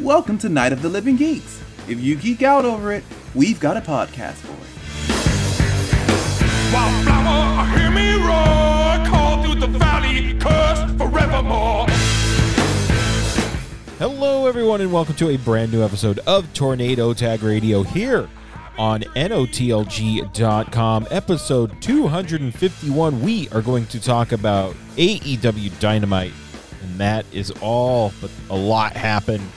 welcome to Night of the Living Geeks. If you geek out over it, we've got a podcast for it. Wildflower, hear me roar, call through the valley, curse forevermore. Hello, everyone, and welcome to a brand new episode of Tornado Tag Radio here on NOTLG.com, episode 251. We are going to talk about AEW Dynamite, and that is all, but a lot happened.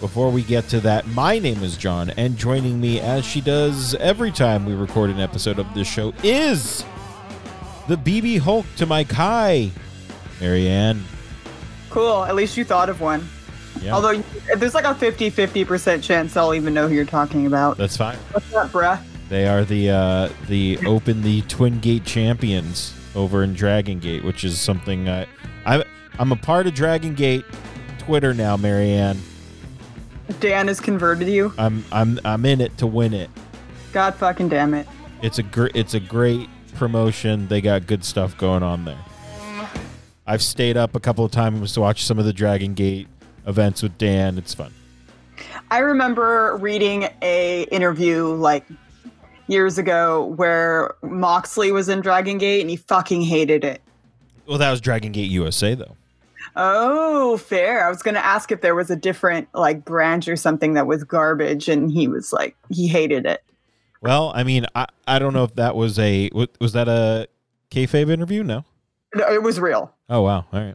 Before we get to that, my name is John, and joining me, as she does every time we record an episode of this show, is the BB Hulk to my Kai, Marianne. Cool. At least you thought of one. Yeah, Although you- there's like a 50 50% chance I'll even know who you're talking about. that's fine. What's up, bruh? They are the uh, the open the Twin Gate champions over in Dragon Gate, which is something I, I I'm a part of Dragon Gate Twitter now, Marianne. Dan has converted you? I'm I'm I'm in it to win it. God fucking damn it. It's a gr- it's a great promotion. They got good stuff going on there. I've stayed up a couple of times to watch some of the Dragon Gate events with Dan. It's fun. I remember reading a interview like years ago where Moxley was in Dragon Gate and he fucking hated it. Well, that was Dragon Gate USA though. Oh, fair. I was going to ask if there was a different like branch or something that was garbage and he was like he hated it. Well, I mean, I I don't know if that was a wa- was that a kayfabe interview? No. No, It was real. Oh wow! All right.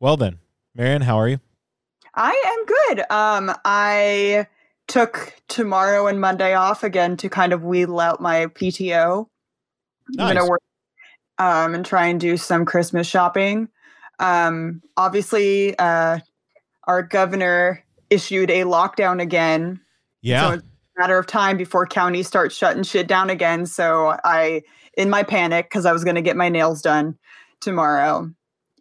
Well then, Marion, how are you? I am good. Um, I took tomorrow and Monday off again to kind of wheedle out my PTO. I'm Nice. gonna work um, and try and do some Christmas shopping. Um, obviously, uh, our governor issued a lockdown again. So Yeah, it's a matter of time before counties start shutting shit down again. So I, in my panic, because I was gonna get my nails done tomorrow,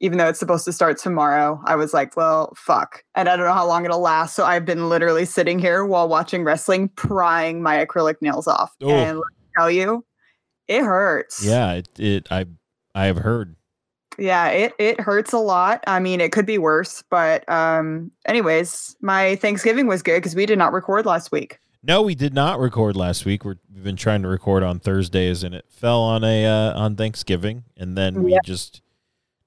even though it's supposed to start tomorrow, I was like, well, fuck. And I don't know how long it'll last. So I've been literally sitting here while watching wrestling, prying my acrylic nails off. Oh. And let me tell you, it hurts. yeah. It, it I I have heard. Yeah, it it hurts a lot. I mean, it could be worse, but um anyways, my Thanksgiving was good because we did not record last week. No, we did not record last week. We're, we've been trying to record on Thursdays, and it fell on a uh, on Thanksgiving, and then we Yeah. just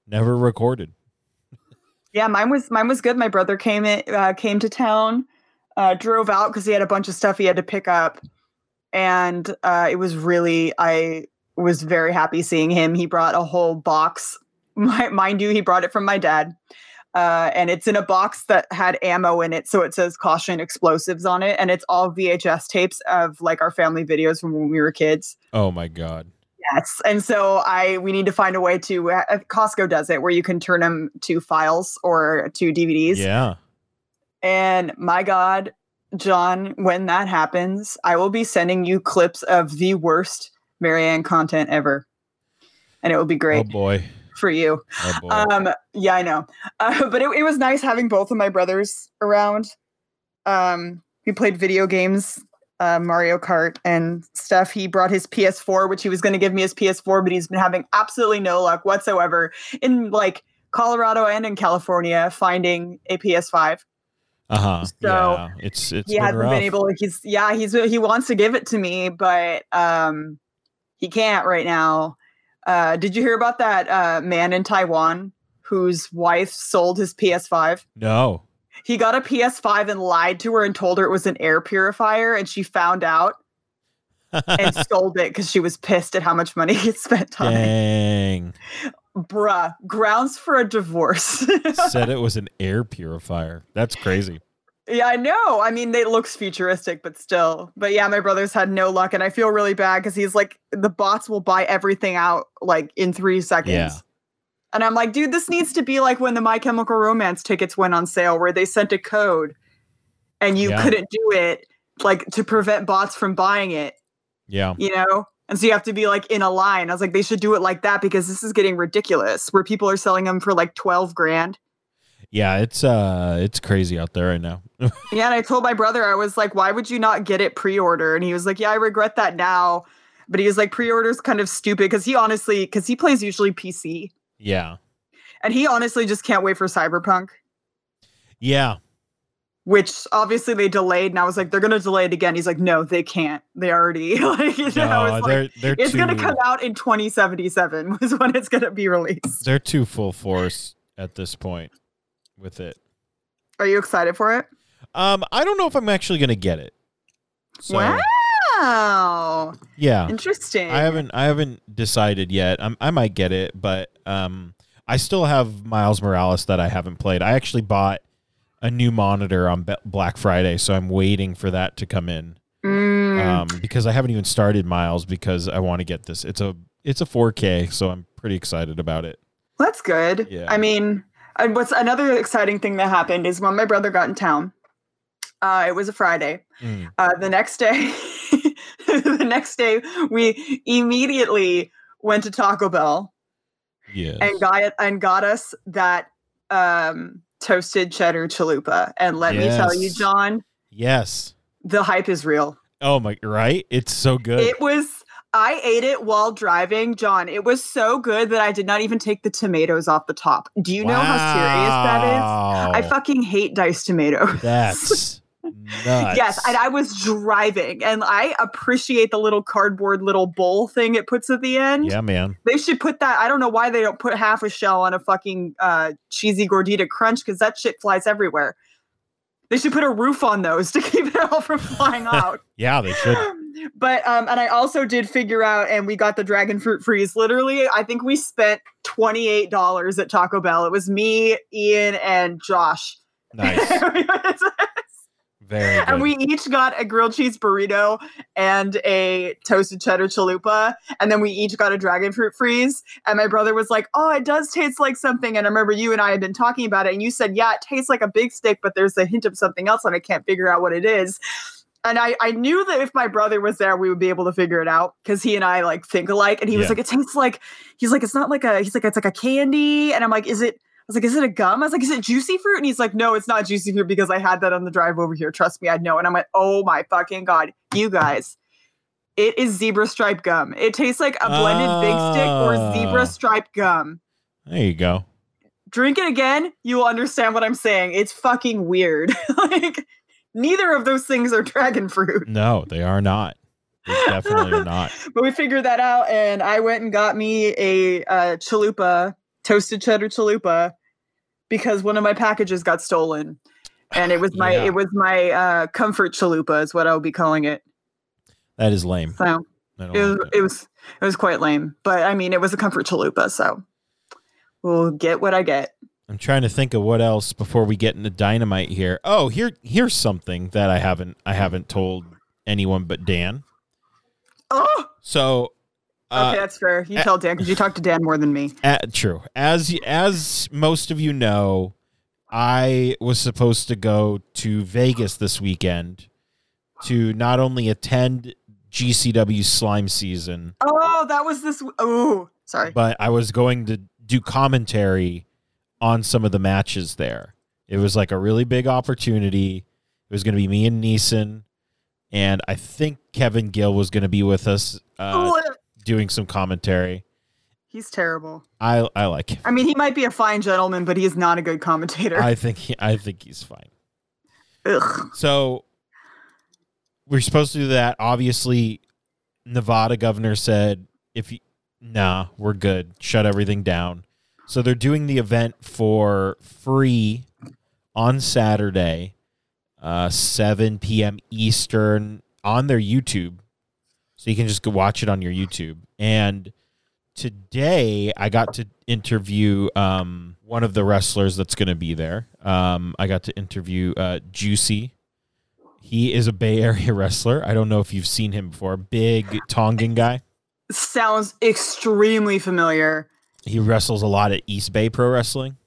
never recorded. Yeah, mine was mine was good. My brother came in, uh, came to town, uh, drove out because he had a bunch of stuff he had to pick up, and uh, it was really I was very happy seeing him. He brought a whole box, Mi- mind you, he brought it from my dad, uh, and it's in a box that had ammo in it, so it says caution explosives on it, and it's all VHS tapes of like our family videos from when we were kids. Oh my god! Yes, and so I we need to find a way to uh, Costco does it where you can turn them to files or to DVDs. Yeah, Oh, And my God, John, when that happens, I will be sending you clips of the worst Marianne content ever, and it will be oh great boy, for you. oh boy. Um, yeah, I know, uh, but it, it was nice having both of my brothers around. Um, we played video games, uh, Mario Kart and stuff. He brought his PS4, which he was going to give me his PS4, but he's been having absolutely no luck whatsoever in like Colorado and in California finding a PS5. uh huh. so, yeah, it's it's he been hasn't rough. been able. He's yeah, he's he wants to give it to me, but um, he can't right now. Uh, did you hear about that uh, man in Taiwan whose wife sold his PS5? no. He got a PS5 and lied to her and told her it was an air purifier, and she found out and sold it because she was pissed at how much money he spent on it. Dang. Bruh, grounds for a divorce. Said it was an air purifier. That's crazy. Yeah, I know. I mean, it looks futuristic, but still. But yeah, my brother's had no luck, and I feel really bad because he's like, the bots will buy everything out like in three seconds. Yeah. And I'm like, dude, this needs to be like when the My Chemical Romance tickets went on sale, where they sent a code, and you Yeah. couldn't do it, like to prevent bots from buying it, Yeah. you know. And so you have to be like in a line. I was like, they should do it like that because this is getting ridiculous, where people are selling them for like twelve grand. Yeah, it's uh it's crazy out there right now. Yeah, and I told my brother, I was like, why would you not get it pre order? And he was like, yeah, I regret that now. But he was like, pre order's kind of stupid because he honestly, because he plays usually PC yeah. and he honestly just can't wait for Cyberpunk. Yeah. which obviously they delayed. And I was like, they're going to delay it again. He's like, no, they can't. They already, like, you know, No, it's, they're like, they're it's too going to come out in 2077 was when it's going to be released. they're too full force at this point with it. Are you excited for it? Um, I don't know if I'm actually gonna get it. So, wow. Yeah, Interesting. I haven't I haven't decided yet. I'm, I might get it, but um, I still have Miles Morales that I haven't played. I actually bought a new monitor on Be- Black Friday, so I'm waiting for that to come in. Mm, um, because I haven't even started Miles because I want to get this. It's a it's a 4K, so I'm pretty excited about it. that's good. yeah. I mean, and what's another exciting thing that happened is when my brother got in town, uh, it was a Friday. Mm. Uh, the next day, the next day, we immediately went to Taco Bell Yes. and uh, got and got us that um, toasted cheddar chalupa. And let me tell you, Yes. John, yes. the hype is real. Oh my! Right? It's so good. It was. I ate it while driving, John. It was so good that I did not even take the tomatoes off the top. Do you know how serious that is? I Wow. fucking hate diced tomatoes. That's nuts. Yes, and I was driving, and I appreciate the little cardboard little bowl thing it puts at the end. yeah, man. They should put that. I don't know why they don't put half a shell on a fucking uh, cheesy gordita crunch because that shit flies everywhere. They should put a roof on those to keep it all from flying out. Yeah, they should. but um, and I also did figure out, and we got the dragon fruit freeze. Literally, I think we spent twenty eight dollars at Taco Bell. It was me, Ian, and Josh. Nice. Very good. And we each got a grilled cheese burrito and a toasted cheddar chalupa. And then we each got a dragon fruit freeze. And my brother was like, Oh, it does taste like something. And I remember you and I had been talking about it. And you said, Yeah, it tastes like a big stick, but there's a hint of something else. And I can't figure out what it is. And I, I knew that if my brother was there, we would be able to figure it out because he and I like think alike. And he was Yeah. like, It tastes like, he's like, It's not like a, he's like, It's like a candy. And I'm like, Is it, I was like, is it a gum? I was like, is it juicy fruit? And he's like, no, it's not juicy fruit because I had that on the drive over here. Trust me, I know. And I'm like, oh my fucking God, you guys. It is zebra stripe gum. It tastes like a blended big stick Ah. or zebra stripe gum. there you go. Drink it again, you will understand what I'm saying. It's fucking weird. like, neither of those things are dragon fruit. No, they are not. They definitely are not. But we figured that out, and I went and got me a uh, chalupa, toasted cheddar chalupa, because one of my packages got stolen, and it was my Yeah. it was my uh, comfort chalupa is what I'll be calling it. That is lame. So I don't it was like that. it was it was quite lame, but I mean it was a comfort chalupa, so we'll get what I get. I'm trying to think of what else before we get into dynamite here. Oh, here here's something that I haven't I haven't told anyone but Dan. Oh, So uh, okay, that's fair. You uh, tell Dan because you talked to Dan more than me. Uh, true. As as most of you know, I was supposed to go to Vegas this weekend to not only attend GCW Slime Season, Oh, that was this. Oh, sorry. but I was going to do commentary on some of the matches there. It was like a really big opportunity. It was going to be me and Neeson, and I think Kevin Gill was going to be with us uh, Ugh, doing some commentary. He's terrible. I I like him. I mean, he might be a fine gentleman, but he is not a good commentator. I think he, I think he's fine. Ugh. So we're supposed to do that. Obviously, Nevada governor said, if you, nah, we're good. Shut everything down. So they're doing the event for free on Saturday, uh, 7 p.m. Eastern on their YouTube. So you can just go watch it on your YouTube. And today I got to interview um, one of the wrestlers that's going to be there. Um, I got to interview uh, Juicy. He is a Bay Area wrestler. I don't know if you've seen him before. Big Tongan guy. Sounds extremely familiar. He wrestles a lot at East Bay Pro Wrestling.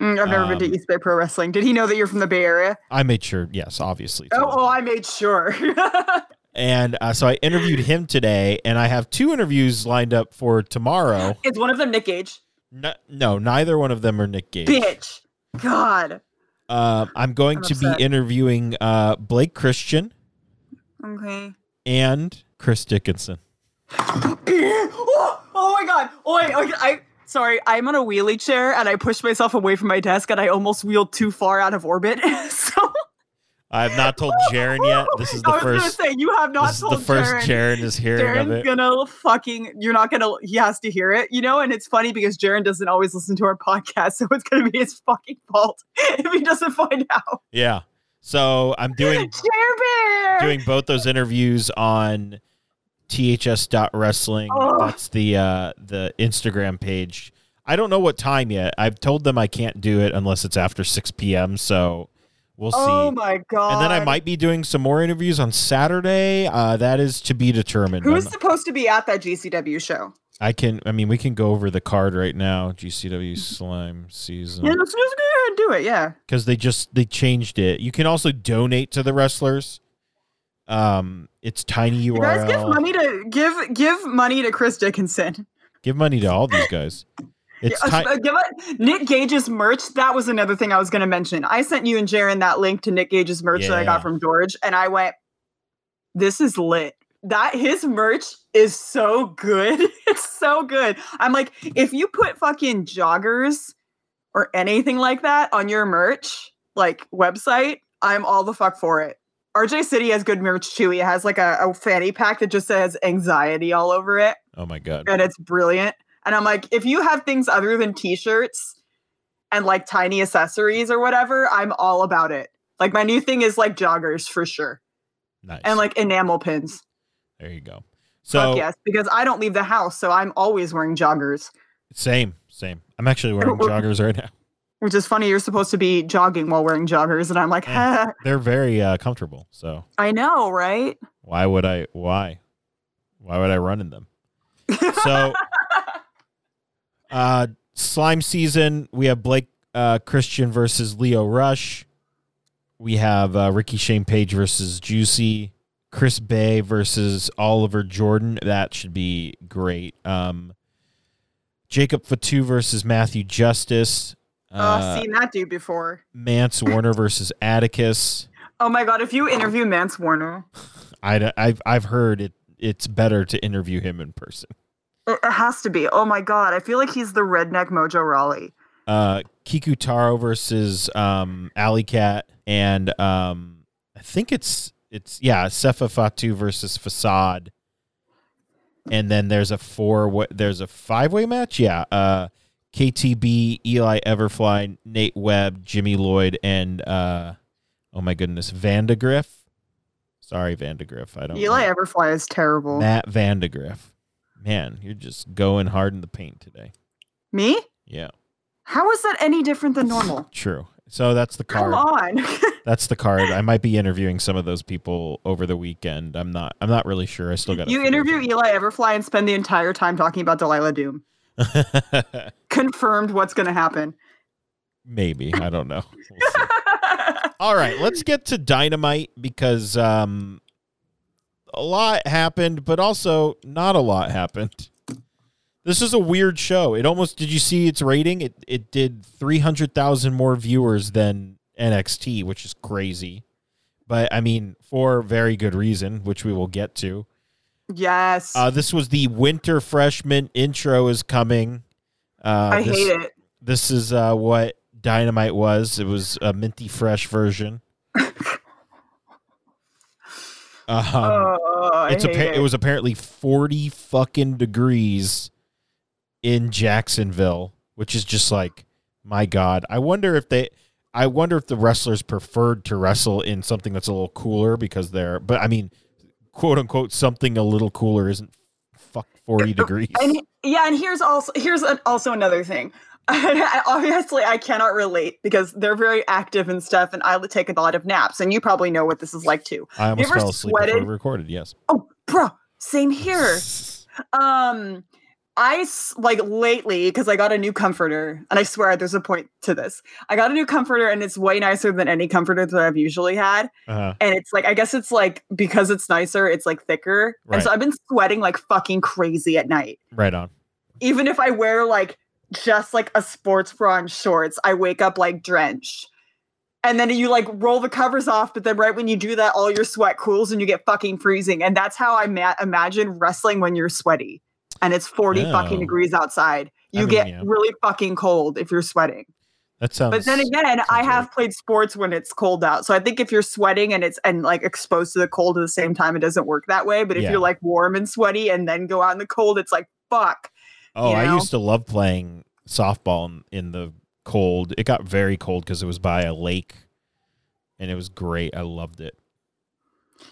Mm, I've never been Um, to East Bay Pro Wrestling. Did he know that you're from the Bay Area? I made sure, yes, obviously. Oh, too. oh I made sure. And uh, so I interviewed him today, and I have two interviews lined up for tomorrow. Is one of them Nick Gage? No, no neither one of them are Nick Gage. Bitch. God. Um, I'm going I'm to upset. be interviewing uh, Blake Christian Okay. and Chris Dickinson. oh, oh my god. Oh, I, I, I- sorry. I'm on a wheelie chair and I pushed myself away from my desk and I almost wheeled too far out of orbit. so I have not told Jaren yet. This is I the was gonna first. say you have not This is told the first Jaren. Jaren is hearing of Jaren's it. gonna fucking. You're not gonna. He has to hear it, you know. And it's funny because Jaren doesn't always listen to our podcast, so it's gonna be his fucking fault if he doesn't find out. Yeah. So I'm doing Jaren Bear. doing both those interviews on ths.wrestling. Oh. That's the uh, the Instagram page. I don't know what time yet. I've told them I can't do it unless it's after 6 p.m. So we'll see. oh my god. and then I might be doing some more interviews on Saturday. Uh, that is to be determined. Who's I'm- supposed to be at that GCW show? I can. I mean, we can go over the card right now. GCW Slime Season. Yeah, let's just go ahead and do it. Yeah. because they just they changed it. You can also donate to the wrestlers. Um, it's tiny You guys URL. give money to give give money to Chris Dickinson. Give money to all these guys. It's Uh, ti- give it- Nick Gage's merch. That was another thing I was going to mention. I sent you and Jaron that link to Nick Gage's merch that I Yeah. got from George, and I went, "This is lit." That his merch is so good. It's so good. I'm like, if you put fucking joggers or anything like that on your merch like website, I'm all the fuck for it. RJ City has good merch too. He has like a, a fanny pack that just says anxiety all over it oh my god. and it's brilliant. And I'm like, if you have things other than t-shirts and like tiny accessories or whatever, I'm all about it. Like my new thing is like joggers for sure, Nice. and like enamel pins. there you go. Fuck So yes, because I don't leave the house, so I'm always wearing joggers. same, same. I'm actually wearing joggers right now. Which is funny. You're supposed to be jogging while wearing joggers, and I'm like, Yeah. They're very uh, comfortable. So I know, right? why would I? Why? Why would I run in them? So, uh, slime season. We have Blake uh, Christian versus Leo Rush. We have uh, Ricky Shane Page versus Juicy. Chris Bay versus Oliver Jordan. That should be great. Um, Jacob Fatu versus Matthew Justice. Oh, Uh, seen that dude before. Mance Warner versus Atticus. Oh my god, if you interview Mance Warner, I, I've I've heard it. It's better to interview him in person. it it has to be. Oh my god, I feel like he's the redneck Mojo Raleigh. uh Kiku Taro versus um Alley Cat and um I think it's it's yeah, Sefa Fatu versus Facade. And then there's a four what there's a five way match, yeah. Uh KTB, Eli Everfly, Nate Webb, Jimmy Lloyd, and uh oh my goodness, Vandegriff. Sorry, Vandegriff. I don't Eli know. Everfly is terrible. Matt Vandegriff. Man, you're just going hard in the paint today. Me? Yeah, How is that any different than normal? true. So that's the card. Come on. That's the card. I might be interviewing some of those people over the weekend. I'm not. I'm not really sure. I still got. you interview Eli Everfly and spend the entire time talking about Delilah Doom. Confirmed what's going to happen. Maybe I don't know. We'll see. All right, let's get to dynamite because um, a lot happened, but also not a lot happened. This is a weird show. It almost did you see its rating? It it did three hundred thousand more viewers than NXT, which is crazy. But I mean, for very good reason, which we will get to. yes. Uh, this was the winter freshman intro is coming. Uh, I this, hate it. This is uh, what Dynamite was. It was a minty fresh version. um, oh, I it's hate appa- it. it was apparently forty fucking degrees in Jacksonville, which is just like my god. I wonder if they. I wonder if the wrestlers preferred to wrestle in something that's a little cooler because they're. But I mean, quote unquote, something a little cooler isn't fuck forty degrees. And he- yeah, and here's also here's an, also another thing. I- Obviously, I cannot relate because they're very active and stuff, and I take a lot of naps, and you probably know what this is like too. I almost ever fell asleep before sweated? we recorded. Yes. Oh, bro, same here. Um, I s- like lately because I got a new comforter, and I swear there's a point to this. I got a new comforter, and it's way nicer than any comforter that I've usually had. Uh, And it's like, I guess it's like because it's nicer, it's like thicker. And so Right. I've been sweating like fucking crazy at night. right on. Even if I wear like just like a sports bra and shorts, I wake up like drenched. And then you like roll the covers off, but then right when you do that, all your sweat cools and you get fucking freezing. And that's how I ma- imagine wrestling when you're sweaty and it's 40 Oh. fucking degrees outside. I You mean, get yeah. Oh, really fucking cold if you're sweating. That sounds. But then again, I sounds have played sports when it's cold out. So I think if you're sweating and it's and like exposed to the cold at the same time, it doesn't work that way. But if Yeah. you're like warm and sweaty and then go out in the cold, it's like fuck. Oh, you I know? used to love playing softball in, in the cold. It got very cold because it was by a lake, and it was great. I loved it.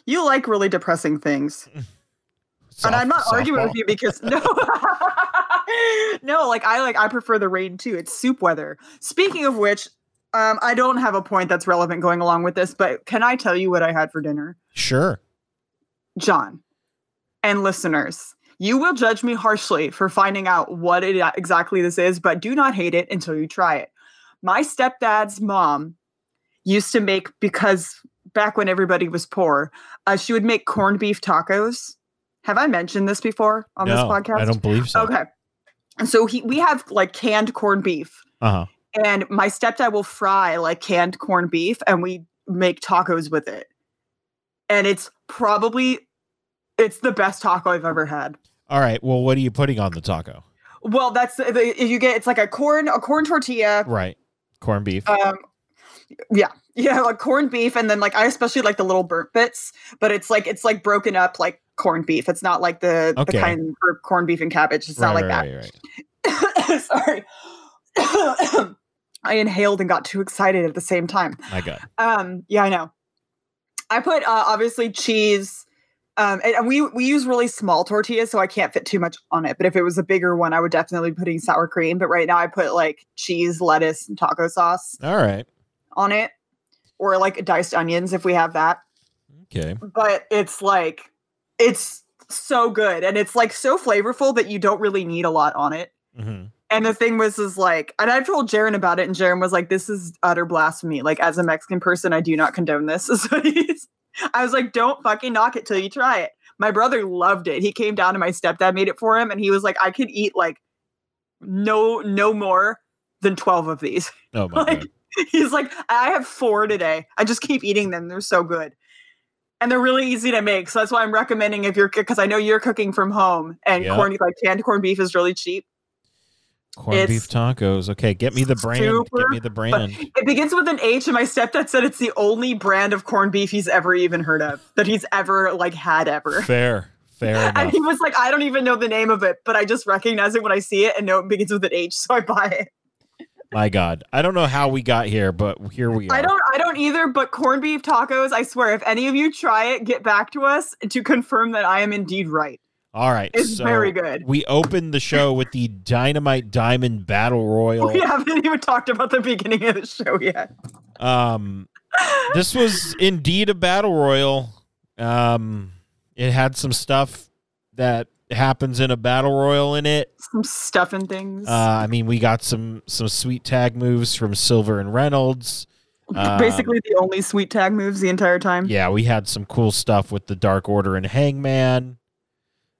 You like really depressing things. and I'm not Soft- arguing softball. with you because no. no, like I like I prefer the rain too. It's soup weather. Speaking of which, um, I don't have a point that's relevant going along with this, but can I tell you what I had for dinner? Sure. John, and listeners, you will judge me harshly for finding out what it, e-, exactly this is, but do not hate it until you try it. My stepdad's mom used to make, because back when everybody was poor, uh, she would make corned beef tacos. Have I mentioned this before on this No, podcast? I don't believe so. Okay. And so he, we have like canned corned beef, Uh huh. and my stepdad will fry like canned corned beef and we make tacos with it and it's probably it's the best taco i've ever had All right. Well, what are you putting on the taco? well that's the, the- you get it's like a corn a corn tortilla Right. Corned beef. um yeah yeah like corned beef and then like i especially like the little burnt bits but it's like it's like broken up like corned beef it's not like the Okay. the kind for corned beef and cabbage it's right, not like right, that Right, right. sorry i inhaled and got too excited at the same time My God. Um, yeah, I know. I put uh, obviously cheese. Um, and, and we we use really small tortillas, so I can't fit too much on it. But if it was a bigger one, I would definitely be putting sour cream. But right now, I put like cheese, lettuce, and taco sauce All right. on it, or like diced onions if we have that. Okay. But it's like it's so good, and it's like so flavorful that you don't really need a lot on it. hmm And the thing was, is like, and I told Jaron about it, and Jaron was like, "This is utter blasphemy. Like, as a Mexican person, I do not condone this." So he's, I was like, "Don't fucking knock it till you try it." My brother loved it. He came down, and my stepdad made it for him, and he was like, "I could eat like no, no more than twelve of these." Oh my like, God. he's like, "I have four today. I just keep eating them. They're so good." And they're really easy to make, so that's why I'm recommending if you're because I know you're cooking from home and Yeah. corn like canned corned beef is really cheap. Corned it's beef tacos. Okay. Get me the brand. Get super me the brand. It begins with an H, and my stepdad said it's the only brand of corned beef he's ever even heard of that he's ever like had ever. Fair. Fair And enough. he was like, I don't even know the name of it, but I just recognize it when I see it and know it begins with an H, so I buy it. My God. I don't know how we got here, but here we are. I don't I don't either, but corned beef tacos, I swear, if any of you try it, get back to us to confirm that I am indeed right. All right. It's so very good. We opened the show with the Dynamite Diamond Battle Royal. We haven't even talked about the beginning of the show yet. Um, this was indeed a battle royal. Um, it had some stuff that happens in a battle royal in it. Some stuffing things. Uh, I mean, we got some some sweet tag moves from Silver and Reynolds. um, Basically the only sweet tag moves the entire time. Yeah, we had some cool stuff with the Dark Order and Hangman.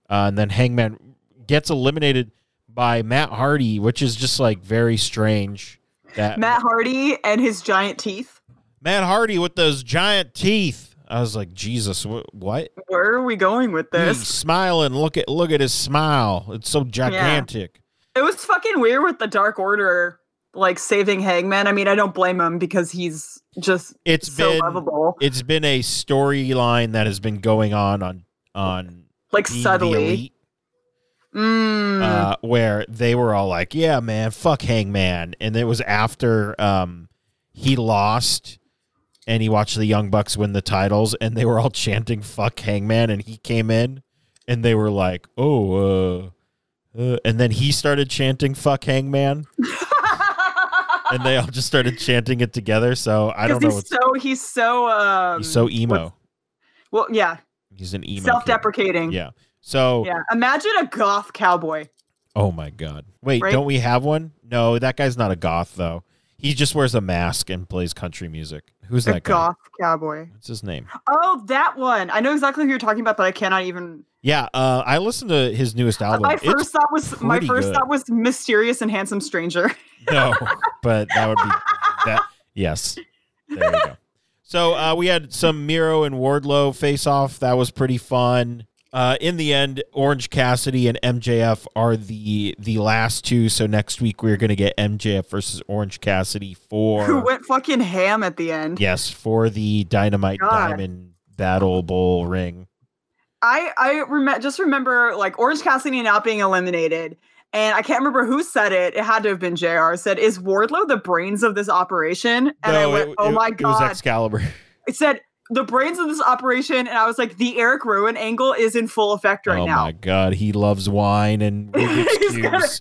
Uh, and then Hangman gets eliminated by Matt Hardy, which is just like very strange. That Matt Hardy and his giant teeth. Matt Hardy with those giant teeth. I was like, Jesus, wh- what? Where are we going with He's this? smiling. Look at look at his smile. It's so gigantic. It was fucking weird with the Dark Order like saving Hangman. I mean, I don't blame him because he's just It's so been lovable. it's been a storyline that has been going on on on Like Being the subtly. Elite, Mm. uh, where they were all like, "Yeah, man, fuck Hangman," and it was after um he lost. And he watched the Young Bucks win the titles, and they were all chanting "fuck Hangman," and he came in, and they were like, "Oh," uh, uh," and then he started chanting "fuck Hangman," and they all just started chanting it together. So I don't know. he's what's so he's so um He's so emo. well yeah He's an emo. kid. self-deprecating Yeah. So, yeah imagine a goth cowboy oh my God. Wait, Right? don't we have one? No, that guy's not a goth, though. He just wears a mask and plays country music. Who's a that guy? goth cowboy What's his name? oh that one I know exactly who you're talking about but I cannot even Yeah. Uh, I listened to his newest album. my It's- first thought was my pretty first good. thought was mysterious and handsome stranger no, but that would be that. Yes. There we go. So uh, we had some Miro and Wardlow face off. That was pretty fun. Uh, in the end, Orange Cassidy and MJF are the the last two. So next week we're gonna get MJF versus Orange Cassidy for Who went fucking ham at the end? yes for the Dynamite God. Diamond Battle Bowl ring. I I rem- just remember like Orange Cassidy not being eliminated, and I can't remember who said it. It had to have been Jr. Said, "Is Wardlow the brains of this operation?" And I went, "Oh my It was god!" Excalibur. it said the brains of this operation, and I was like, "The Eric Rowan angle is in full effect right oh now." my god, he loves wine and Rubik's He's got cubes.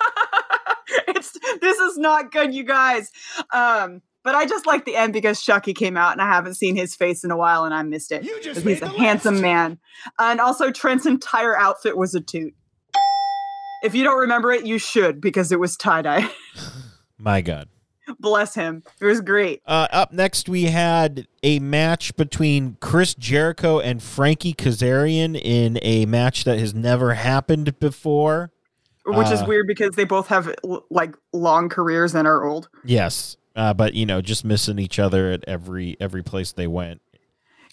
it's this is not good, you guys. Um, but I just like the end because Shucky came out, and I haven't seen his face in a while, and I missed it. You just 'cause he's a handsome man, and also Trent's entire outfit was a toot. If you don't remember it, you should because it was tie dye. My god. Bless him, it was great. Uh, up next, we had a match between Chris Jericho and Frankie Kazarian in a match that has never happened before. Which is Uh, weird because they both have l- like long careers and are old. Yes, uh, but you know, just missing each other at every every place they went.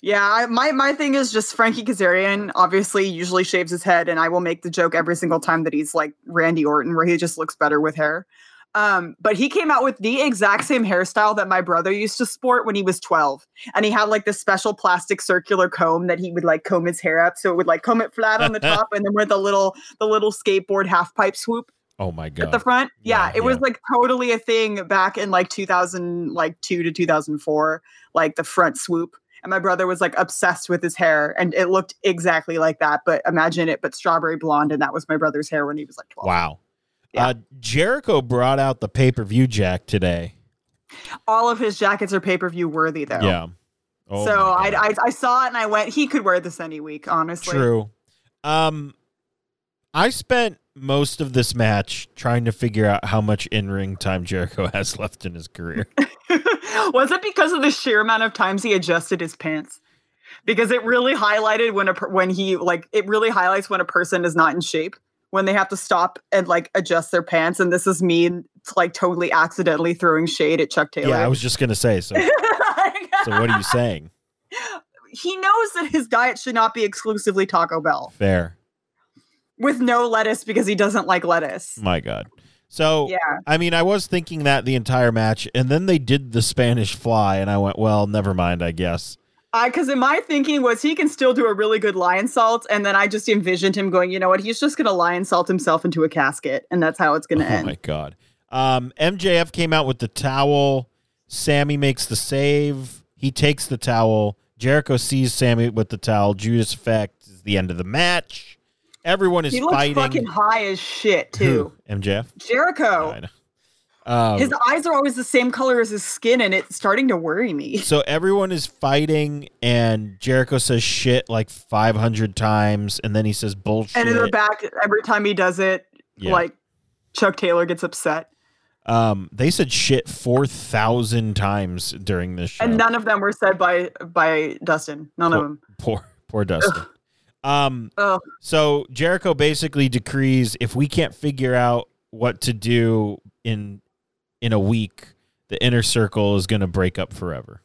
Yeah, I, my my thing is just Frankie Kazarian obviously usually shaves his head, and I will make the joke every single time that he's like Randy Orton, where he just looks better with hair. Um, but he came out with the exact same hairstyle that my brother used to sport when he was 12. And he had like this special plastic circular comb that he would like comb his hair up. So it would like comb it flat on the top and then with a little the little skateboard half pipe swoop Oh my at the god! front. Yeah, Yeah, it was yeah. like totally a thing back in like 2000, like two to 2004, like the front swoop. And my brother was like obsessed with his hair, and it looked exactly like that. But imagine it, but strawberry blonde, and that was my brother's hair when he was like 12. Wow. Yeah. Uh, Jericho brought out the pay per view jack today. All of his jackets are pay per view worthy though. Yeah. Oh so my I, God. I I saw it and I went, he could wear this any week, honestly. True. Um, I spent most of this match trying to figure out how much in ring time Jericho has left in his career. was it because of the sheer amount of times he adjusted his pants? Because it really highlighted when a per- when he like it really highlights when a person is not in shape when they have to stop and like adjust their pants. And this is me like totally accidentally throwing shade at Chuck Taylor. yeah, I was just gonna say. So, Like, so what are you saying? he knows that his diet should not be exclusively Taco Bell Fair. with no lettuce because he doesn't like lettuce. My God. So, Yeah. I mean, I was thinking that the entire match, and then they did the Spanish Fly, and I went, "Well, never mind, I guess." because in my thinking was he can still do a really good lion salt, and then I just envisioned him going, you know what, he's just gonna lion salt himself into a casket, and that's how it's gonna Oh end. my God. Um, MJF came out with the towel. Sammy makes the save. He takes the towel. Jericho sees Sammy with the towel. Judas effect is the end of the match. Everyone is he looks fighting. fucking high as shit too. Who? MJF. Jericho, I know. Um, his eyes are always the same color as his skin, and it's starting to worry me. So everyone is fighting, and Jericho says shit like 500 times, and then he says bullshit. And in the back, every time he does it, Yeah. like Chuck Taylor gets upset, um, they said shit 4,000 times during this show. and none of them were said by by Dustin. None of Well- them. poor, poor Dustin. um, Ugh. so Jericho basically decrees if we can't figure out what to do in in a week, the inner circle is going to break up forever.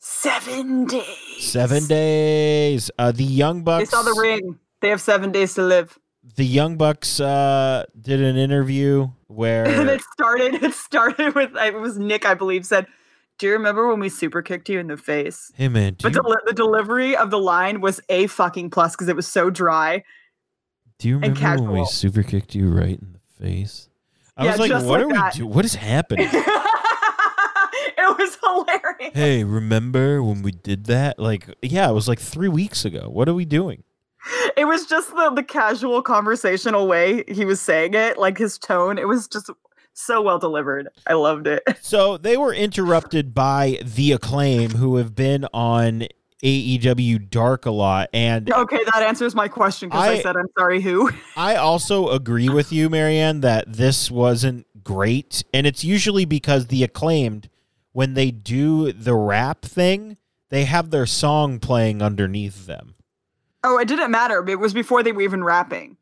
Seven days. Seven days. Uh, the Young They Bucks. saw the ring. They have seven days to live. the Young Bucks uh, did an interview and where it started it started with it was nick i believe said do you remember when we super kicked you in the face hey man, do but you, deli- the delivery of the line was a fucking plus because it was so dry do you remember when we casual. super kicked you right in the face? I Yeah, was like, just what like are that. we doing? What is happening? it was hilarious hey, remember when we did that? Like, yeah, it was like three weeks ago. What are we doing? it was just the, the casual conversational way he was saying it like his tone it was just so well delivered i loved it So they were interrupted by the acclaim, who have been on AEW Dark a lot, and okay that answers my question because I, I- said i'm sorry who I also agree with you, Marianne, that this wasn't great. And it's usually because the acclaimed, when they do the rap thing, they have their song playing underneath them. oh it didn't matter it was before they were even rapping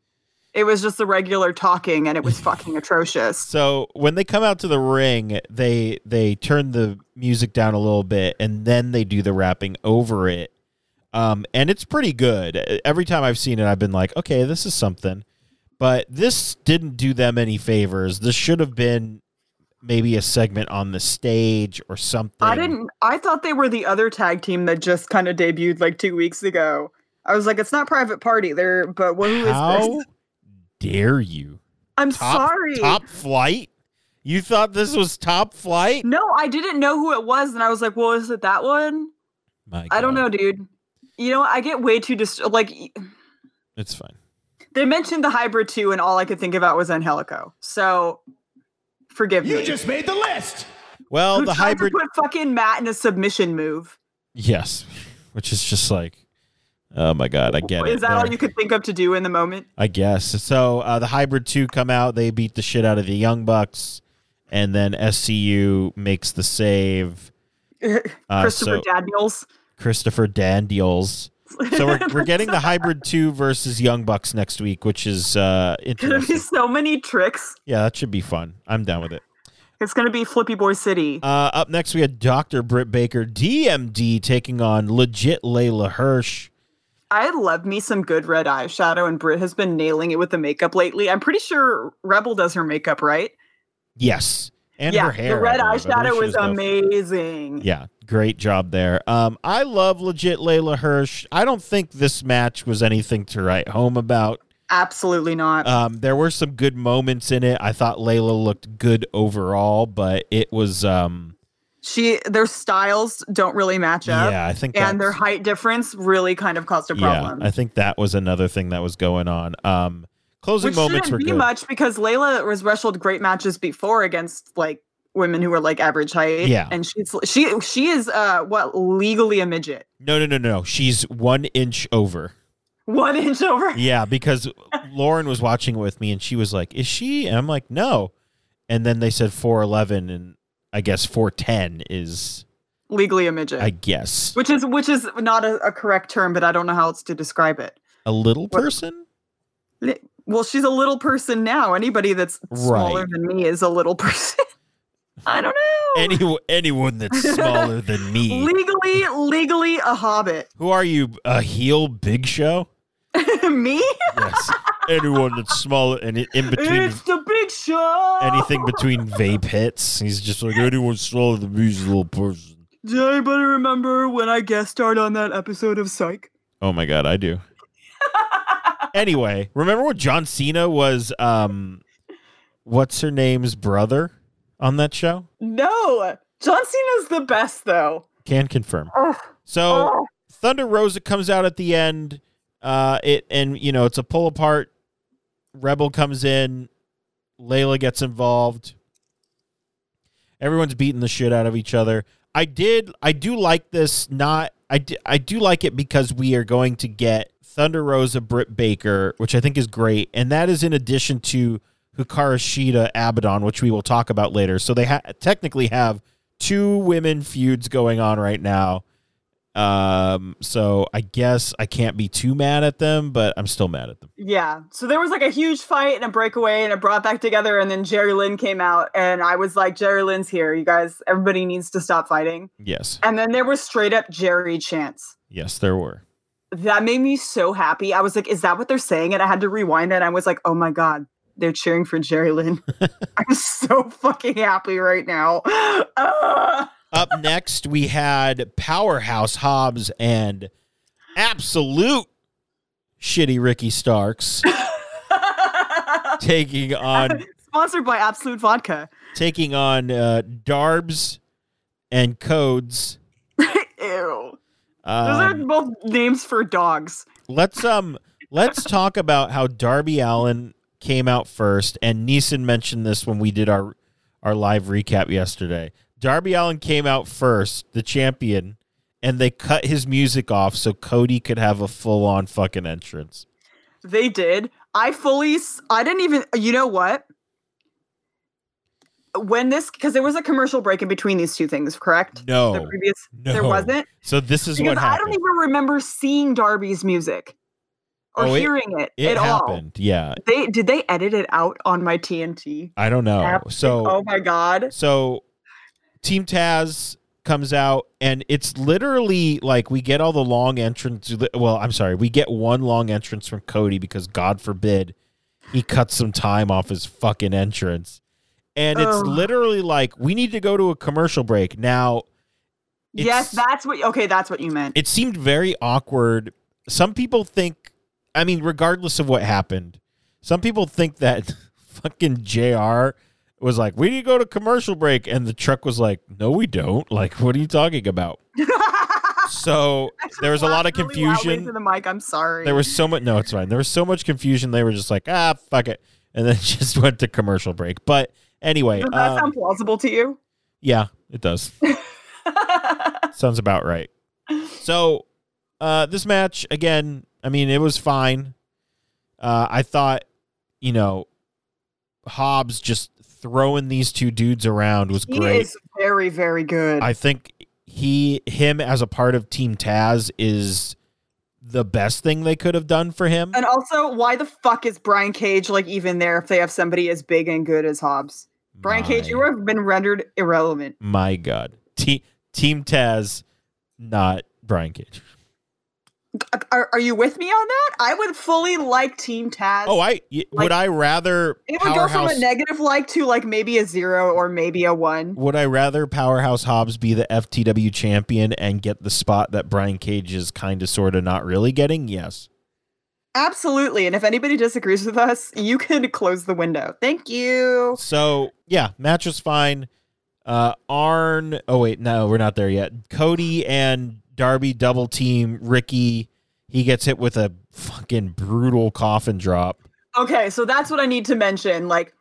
it was just the regular talking and it was fucking atrocious So when they come out to the ring, they they turn the music down a little bit and then they do the rapping over it. Um, and it's pretty good. Every time I've seen it, I've been like, okay, this is something. But this didn't do them any favors. This should have been maybe a segment on the stage or something. I didn't. I thought they were the other tag team that just kind of debuted like two weeks ago. I was like, it's not Private Party. They're but who is How this? dare you? I'm Top, sorry. Top flight? You thought this was top flight? No, I didn't know who it was, and I was like, well, is it that one? My I don't God. know, dude. You know, I get way too dist- like It's fine. they mentioned the hybrid two, and all I could think about was Angelico. So forgive me. made the list. Well, Who the tried hybrid. to put fucking Matt in a submission move. yes. Which is just like, oh my God, I get it. Is that all There. you could think of to do in the moment? I guess. So uh, the hybrid two come out. They beat the shit out of the Young Bucks, and then SCU makes the save. Uh, Christopher so Daniels. Christopher Daniels. So we're, we're getting the hybrid two versus Young Bucks next week, which is uh, Gonna be interesting. so many tricks. Yeah, that should be fun. I'm down with it. It's gonna be Flippy Boy City. Uh, up next, we had Doctor Britt Baker, DMD, taking on legit Layla Hirsch. I love me some good red eyeshadow, and Britt has been nailing it with the makeup lately. I'm pretty sure Rebel does her makeup, right? Yes, and yeah, her hair. the red I believe. I believe eyeshadow she was both- amazing. Yeah, great job there. Um, I love legit Layla Hirsch. I don't think this match was anything to write home about. Absolutely not. Um, there were some good moments in it. I thought Layla looked good overall, but it was um, she their styles don't really match up, yeah, I think and their that's- height difference really kind of caused a problem. Yeah, I think that was another thing that was going on. Um, closing Which moments were shouldn't be good. much because Layla was wrestled great matches before against like women who were like average height. Yeah. and she's she she is uh what legally a midget, No, no, no, no. She's one inch over. one inch over. Yeah, because Lauren was watching it with me and she was like, Is she? And I'm like, No. And then they said 411, and I guess 410 is, Legally a midget. I guess, which is which is not a, a correct term, but I don't know how else to describe it. a little person? Li- Well, she's a little person now. Anybody that's smaller Right. than me is a little person. I don't know. Any, anyone that's smaller than me. legally, legally a hobbit. Who are you? A heel big show? me? Yes. anyone that's smaller and in- in between It's the big show. anything between vape hits. He's just like, Anyone smaller than me is a little person. Does anybody remember when I guest starred on that episode of Psych? Oh my God, I do. anyway, remember when John Cena was um what's her name's brother on that show? no. John Cena's the best though. Can confirm. Oh, So oh. Thunder Rosa comes out at the end. Uh it and you know, it's a pull apart. Rebel comes in, Layla gets involved. Everyone's beating the shit out of each other. I did I do like this not I d- I do like it because we are going to get Thunder Rosa Britt Baker, which I think is great, and that is in addition to Hikaru Shida Abaddon, which we will talk about later. So they ha- technically have two women feuds going on right now. Um so I guess I can't be too mad at them, but I'm still mad at them. Yeah. So there was like a huge fight and a breakaway and it brought back together and then Jerry Lynn came out and I was like, Jerry Lynn's here, you guys. Everybody needs to stop fighting. Yes. And then there was straight up Jerry chants. Yes, there were. That made me so happy. I was like, is that what they're saying? And I had to rewind it. And I was like, oh my God, they're cheering for Jerry Lynn. I'm so fucking happy right now. Ah. Up next, we had Powerhouse Hobbs and absolute shitty Ricky Starks taking on Sponsored by Absolute Vodka. taking on uh, Darbs and Codes. Ew. Those Um, are both names for dogs. let's um let's talk about how Darby Allen came out first, and Neeson mentioned this when we did our our live recap yesterday. Darby Allen came out first, the champion, and they cut his music off so Cody could have a full on fucking entrance. They did. I fully, s- I didn't even, you know what? When this, because there was a commercial break in between these two things, correct? No, The previous, there no. wasn't? So this is Because what I happened. don't even remember seeing Darby's music or Oh, it- hearing it, It at all. happened. Yeah, They did they edit it out on my TNT? I don't know. Oh, Happened. So Oh my god. so Team Taz comes out and it's literally like we get all the long entrance well i'm sorry we get one long entrance from cody because god forbid he cuts some time off his fucking entrance and it's Oh. literally like we need to go to a commercial break now it's- yes, that's what. Okay, that's what you meant. it seemed very awkward. Some people think, I mean, regardless of what happened, some people think that fucking JR was like, we need to go to commercial break. And the truck was like, no, we don't. Like, what are you talking about? So there was a lot of Laughed really loudly confusion. to the mic. I'm sorry. There was so much. No, it's fine. There was so much confusion. They were just like, ah, fuck it. And then just went to commercial break. But anyway, Does that um, sound plausible to you? yeah, it does. Sounds about right. So, uh, this match again. I mean, it was fine. Uh, I thought, you know, Hobbs just throwing these two dudes around was he great. is very, very good. I think he, him as a part of Team Taz is the best thing they could have done for him. and also, why the fuck is Brian Cage like even there if they have somebody as big and good as Hobbs? Brian Cage, My- you have been rendered irrelevant. My God, Te- Team Taz, not Brian Cage. Are, are you with me on that? I would fully like Team Taz. Oh, I y- would Like- I rather it would go from powerhouse. a negative like to like maybe a zero or maybe a one. Would I rather Powerhouse Hobbs be the FTW champion and get the spot that Brian Cage is kind of sort of not really getting? Yes. Absolutely. And if anybody disagrees with us, you can close the window. Thank you. So, yeah, match was fine. Uh, Arn, oh, wait, no, we're not there yet. Cody and Darby double team Ricky. He gets hit with a fucking brutal coffin drop. Okay, so that's what I need to mention. Like,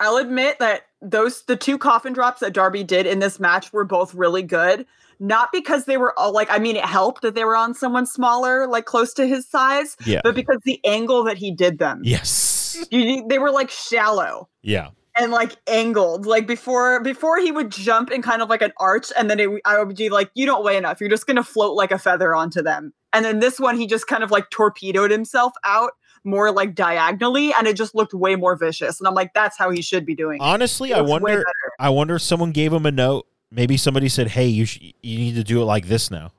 I'll admit that those the two coffin drops that Darby did in this match were both really good. Not because they were all like, I mean, it helped that they were on someone smaller, like close to his size, Yeah. but because the angle that he did them, Yes. You- you- they were like shallow Yeah. and like angled. Like before, before he would jump in kind of like an arch, and then it, I would be like, you don't weigh enough. You're just gonna float like a feather onto them. And then this one, he just kind of like torpedoed himself out more like diagonally, and it just looked way more vicious. And I'm like, that's how he should be doing. it. Honestly, I Looks way wonder. better. I wonder if someone gave him a note. Maybe somebody said, "Hey, you sh- you need to do it like this now."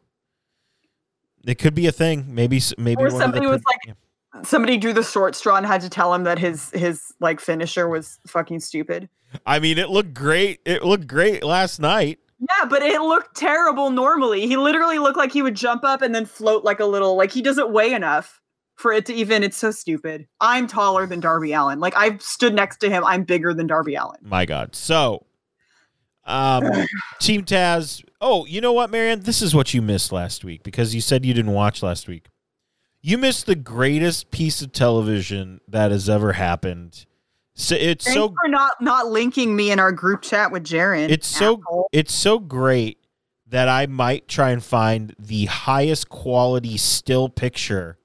It could be a thing. Maybe s- maybe one Or of the somebody was pro- like, Somebody drew the short straw and had to tell him that his his like finisher was fucking stupid. I mean, it looked great. It looked great last night. Yeah, but it looked terrible normally. He literally looked like he would jump up and then float like a little, like he doesn't weigh enough for it to even. It's so stupid. I'm taller than Darby Allen. Like I've stood next to him. I'm bigger than Darby Allen. My God. So, um, Team Taz. Oh, you know what, Marianne? This is what you missed last week because you said you didn't watch last week. You missed the greatest piece of television that has ever happened. So it's Thanks so for not not linking me in our group chat with Jaren. It's so- asshole. it's so great that I might try and find the highest quality still picture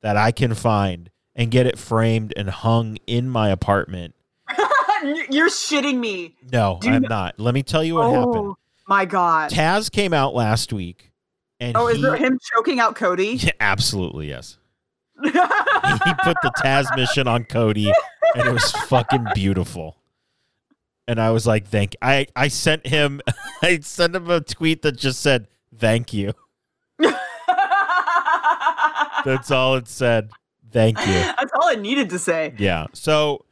that I can find and get it framed and hung in my apartment. you're shitting me. No, Do you I'm know- not. Let me tell you what oh happened. my god. Taz came out last week and Oh, is he, there him choking out Cody? Yeah, absolutely yes. he put the Taz mission on Cody, and it was fucking beautiful. And I was like, "Thank." I I sent him, I sent him a tweet that just said, "Thank you." That's all it said. Thank you. That's all it needed to say. Yeah. So,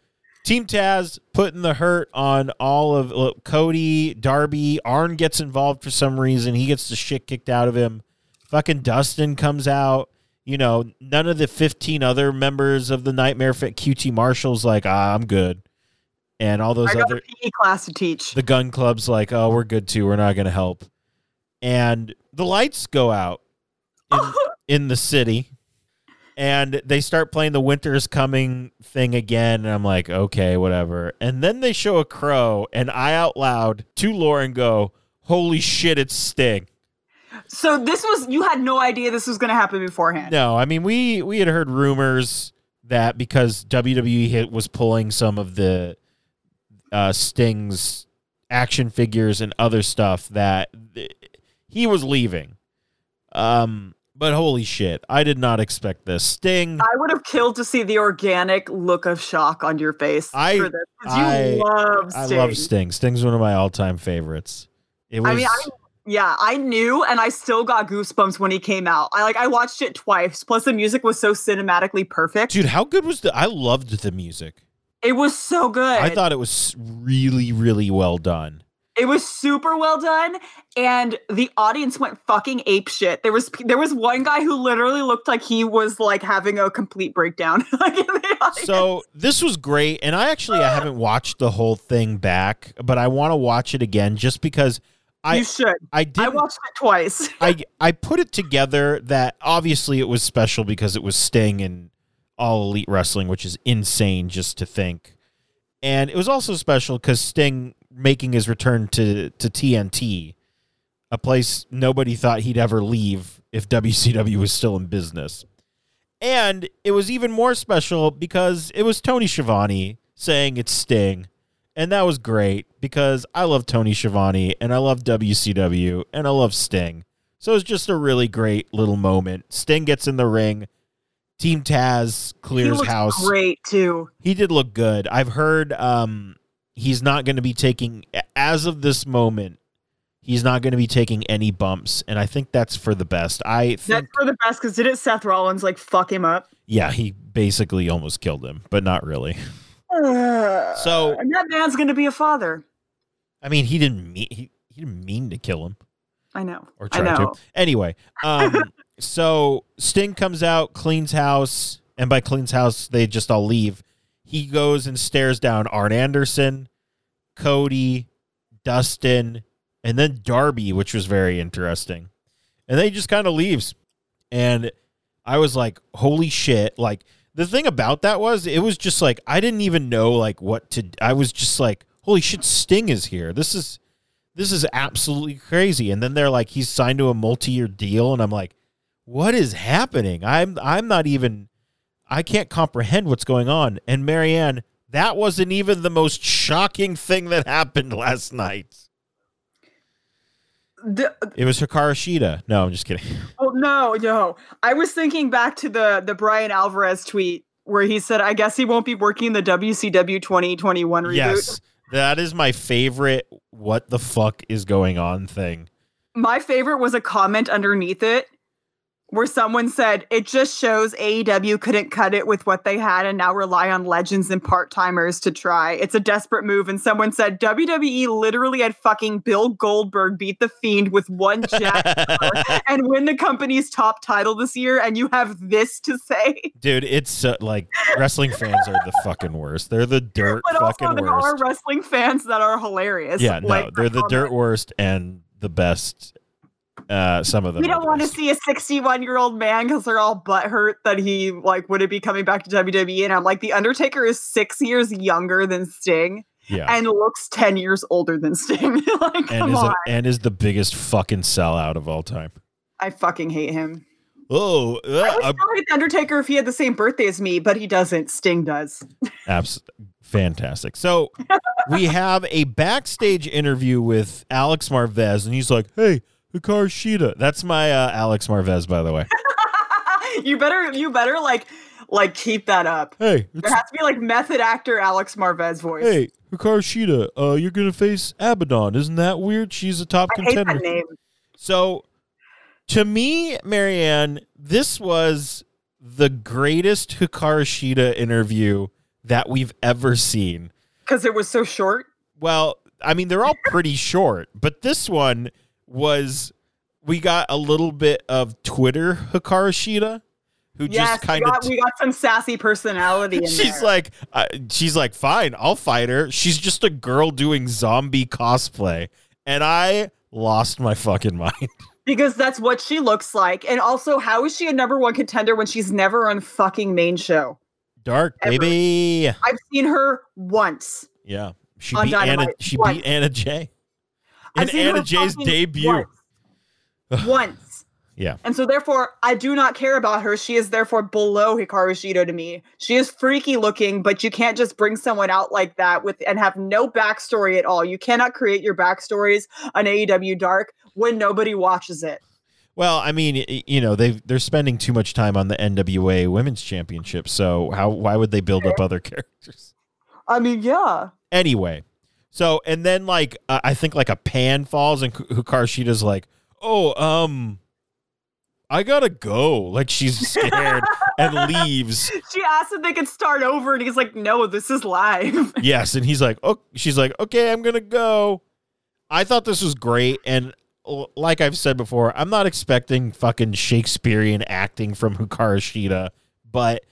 Team Taz putting the hurt on all of look, Cody, Darby. Arn gets involved for some reason. He gets the shit kicked out of him. Fucking Dustin comes out. You know, none of the 15 other members of the Nightmare Fit QT Marshall's like, ah, I'm good. And all those I got other a PE class to teach. the gun club's like, oh, we're good too. We're not going to help. And the lights go out in, in the city. And they start playing the winter's coming thing again. And I'm like, okay, whatever. And then they show a crow. And I out loud to Lauren go, holy shit, it's Sting. So this was you had no idea this was going to happen beforehand. No, I mean, we, we had heard rumors that because WWE hit was pulling some of the uh, Sting's action figures and other stuff that th- he was leaving. Um, but holy shit, I did not expect this. Sting, I would have killed to see the organic look of shock on your face I- for this 'cause I- you love I Sting. love Sting. Sting's one of my all-time favorites. It was I mean, I Yeah, I knew, and I still got goosebumps when he came out. I like I watched it twice. Plus, the music was so cinematically perfect. Dude, how good was the I loved the music. It was so good. I thought it was really, really well done. it was super well done, and the audience went fucking ape shit. There was there was one guy who literally looked like he was like having a complete breakdown. like in the audience. So this was great, and I actually I haven't watched the whole thing back, but I want to watch it again just because I you should. I I did watched it twice. I I put it together that obviously it was special because it was Sting and All Elite Wrestling, which is insane just to think. And it was also special because Sting making his return to to TNT, a place nobody thought he'd ever leave if WCW was still in business. And it was even more special because it was Tony Schiavone saying it's Sting. And that was great because I love Tony Schiavone and I love WCW and I love Sting. So it's just a really great little moment. Sting gets in the ring. Team Taz he clears looked house. great too. He did look good. I've heard um, he's not going to be taking, as of this moment, he's not going to be taking any bumps. And I think that's for the best. I think That's for the best because didn't Seth Rollins like fuck him up? Yeah, he basically almost killed him, but not really. Ugh. So and that man's gonna be a father. I mean, he didn't mean he, he didn't mean to kill him I know. or I try to. know. Anyway, um, so Sting comes out, cleans house, and by cleans house, they just all leave. He goes and stares down Arn Anderson, Cody, Dustin, and then Darby, which was very interesting. And then he just kind of leaves. And I was like, holy shit. Like, the thing about that was, it was just like, I didn't even know, like, what to. I was just like, holy shit, Sting is here. This is this is absolutely crazy. And then they're like, he's signed to a multi-year deal, and I'm like, what is happening? I'm I'm not even I can't comprehend what's going on. And Marianne, that wasn't even the most shocking thing that happened last night. The- It was Hikaru Shida. No, I'm just kidding. Well, no, no. I was thinking back to the the Brian Alvarez tweet where he said, "I guess he won't be working the WCW 2021 reboot." Yes. That is my favorite what the fuck is going on thing. My favorite was a comment underneath it where someone said, "It just shows AEW couldn't cut it with what they had and now rely on legends and part-timers to try. It's a desperate move." And someone said, "WWE literally had fucking Bill Goldberg beat the Fiend with one jack and win the company's top title this year and you have this to say?" Dude, it's uh, like wrestling fans are the fucking worst. They're the dirt but fucking also there worst. are wrestling fans that are hilarious. Yeah, no, like, they're the um, dirt worst and the best. Uh, some of them. We are don't the want to best. see a 61 year old man because they're all butthurt that he like wouldn't be coming back to WWE. And I'm like, The Undertaker is six years younger than Sting Yeah, and looks 10 years older than Sting. like, and come is on. a, and is the biggest fucking sellout of all time. I fucking hate him. Oh, uh, I would uh, still hate The Undertaker if he had the same birthday as me, but he doesn't. Sting does. abs- fantastic. So we have a backstage interview with Alex Marvez, and he's like, "Hey, Hikaru Shida." That's my uh, Alex Marvez, by the way. you better, you better like, like keep that up. Hey, it's There has to be like method actor Alex Marvez voice. Hey, Hikaru Shida, uh, you're gonna face Abaddon. Isn't that weird? She's a top I hate contender. that name. So, to me, Marianne, this was the greatest Hikaru Shida interview that we've ever seen. because it was so short. Well, I mean, they're all pretty short, but this one was. We got a little bit of Twitter Hikaru Shida, who yes, just kind we, of got, we got some sassy personality. In she's there. like uh, she's like fine i'll fight her she's just a girl doing zombie cosplay and i lost my fucking mind because that's what she looks like, and also, how is she a number one contender when she's never on fucking main show? dark Ever. baby I've seen her once. yeah she On beat anna Dynamite, she twice. beat anna j in I've seen anna her j's fucking debut Once. Once. Yeah. And so, therefore, I do not care about her. She is therefore below Hikaru Shido to me. She is freaky looking, but you can't just bring someone out like that with and have no backstory at all. You cannot create your backstories on AEW Dark when nobody watches it. well i mean y- you know they they're spending too much time on the nwa women's championship so how why would they build up other characters I mean, yeah. anyway So and then like uh, I think like a pan falls and K- Hukarshita's like, "Oh, um I got to go." Like she's scared and leaves. She asked if they could start over, and he's like, "No, this is live." Yes, and he's like, "Oh, she's like, "Okay, I'm going to go." I thought this was great and l- like I've said before, I'm not expecting fucking Shakespearean acting from Hikaru Shida, but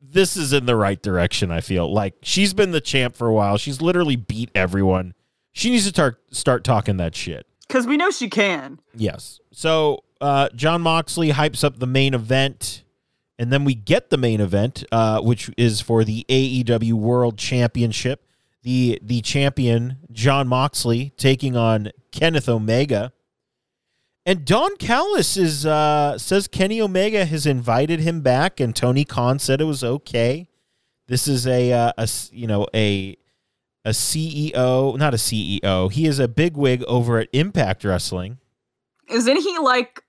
this is in the right direction, I feel. Like she's been the champ for a while. She's literally beat everyone. She needs to tar- start talking that shit. Because we know she can. Yes. So uh, John Moxley hypes up the main event, and then we get the main event, uh, which is for the AEW World Championship. The the champion John Moxley taking on Kenneth Omega, and Don Callis is uh, says Kenny Omega has invited him back, and Tony Khan said it was okay. This is a, uh, a s- you know a a CEO, not a CEO. He is a bigwig over at Impact Wrestling. Isn't he like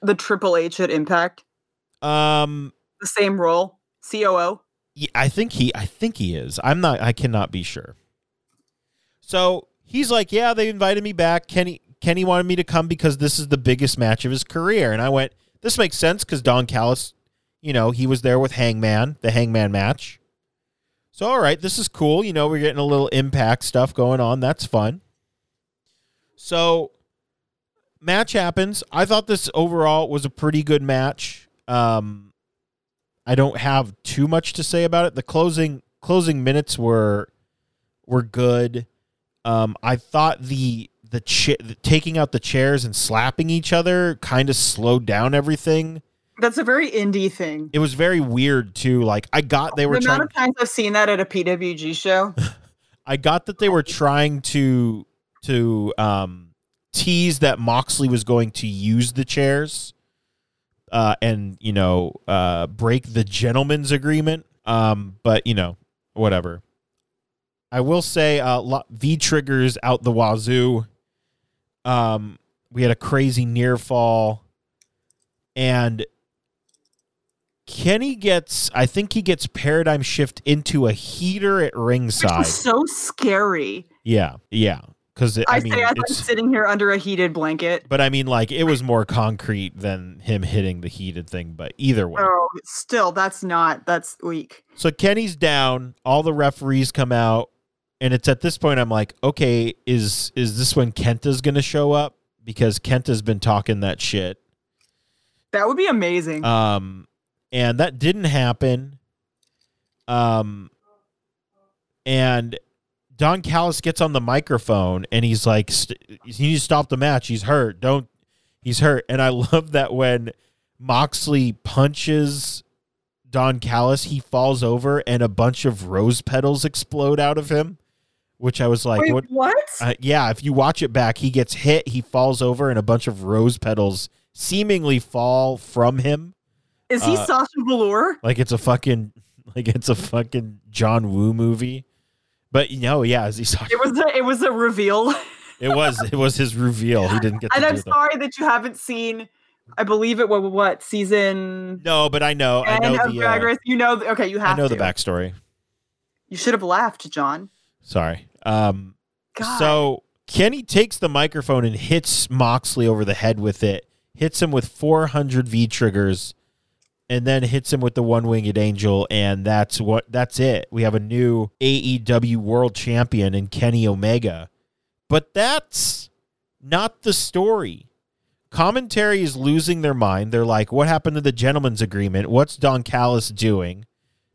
the Triple H at Impact? Um, The same role, COO. yeah, I think he, I think he is. I'm not. I cannot be sure. So he's like, yeah, they invited me back. Kenny, Kenny wanted me to come because this is the biggest match of his career, and I went. This makes sense because Don Callis, you know, he was there with Hangman, the Hangman match. So all right, this is cool. You know, we're getting a little impact stuff going on. That's fun. So match happens. I thought this overall was a pretty good match. Um, I don't have too much to say about it. The closing closing minutes were were good. Um, I thought the the, cha- the taking out the chairs and slapping each other kind of slowed down everything. That's a very indie thing. It was very weird too. Like I got they The were amount trying. of times I've seen that at a PWG show. I got that they were trying to to um, tease that Moxley was going to use the chairs uh, and you know uh, break the gentleman's agreement. Um, but you know whatever. I will say uh, lo- V triggers out the wazoo. Um, we had a crazy near fall, and Kenny gets. I think he gets paradigm shift into a heater at Which ringside. was so scary. Yeah, yeah. Because I, I say mean, as I'm it's, sitting here under a heated blanket. but I mean, like it was more concrete than him hitting the heated thing. But either way, Oh, still, that's not. That's weak. so Kenny's down. All the referees come out, and it's at this point I'm like, okay, is is this when Kenta's gonna show up? Because Kenta's been talking that shit. That would be amazing. Um, and that didn't happen. Um, and Don Callis gets on the microphone and he's like, st- "He needs to stop the match. He's hurt. Don't. He's hurt." And I love that when Moxley punches Don Callis, he falls over and a bunch of rose petals explode out of him. Which I was like, Wait, "What?" what? Uh, yeah, if you watch it back, he gets hit, he falls over, and a bunch of rose petals seemingly fall from him. Is he uh, Sasha Velour? Like it's a fucking like it's a fucking John Woo movie. But no, yeah, as he saw, It was a, it was a reveal, it was it was his reveal. He didn't get to and do I'm that. sorry that you haven't seen. I believe it was what season No, but I know, I know ten of the Drag uh, Race. You know, okay, you I have. know to. the backstory. You should have laughed, John. Sorry. Um, God. So Kenny takes the microphone and hits Moxley over the head with it, hits him with 400 V triggers, and then hits him with the one winged angel. And that's what that's it. We have a new AEW world champion in Kenny Omega. But that's not the story. Commentary is losing their mind. They're like, what happened to the gentleman's agreement? What's Don Callis doing?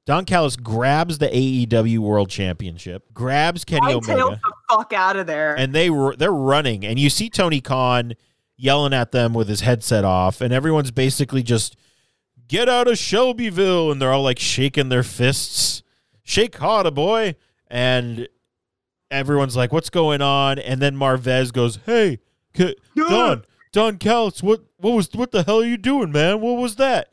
Don Callis grabs the AEW World Championship, grabs Kenny I Omega tailed the fuck out of there. and they were they're running and you see Tony Khan yelling at them with his headset off and everyone's basically just get out of Shelbyville and they're all like shaking their fists shake harder boy and everyone's like what's going on and then Marvez goes hey K- Don Don Callis what what was what the hell are you doing man what was that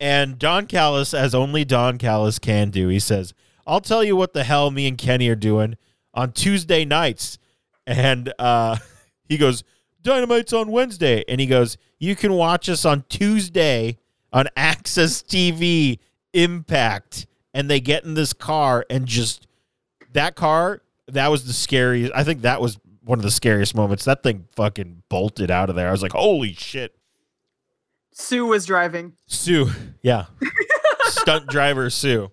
and Don Callis as only Don Callis can do he says I'll tell you what the hell me and Kenny are doing on Tuesday nights and uh, he goes, Dynamite's on Wednesday. And he goes, You can watch us on Tuesday on Access TV Impact. And they get in this car and just that car that was the scariest. I think that was one of the scariest moments. That thing fucking bolted out of there. I was like, holy shit. Sue was driving. Sue. Yeah. Stunt driver Sue.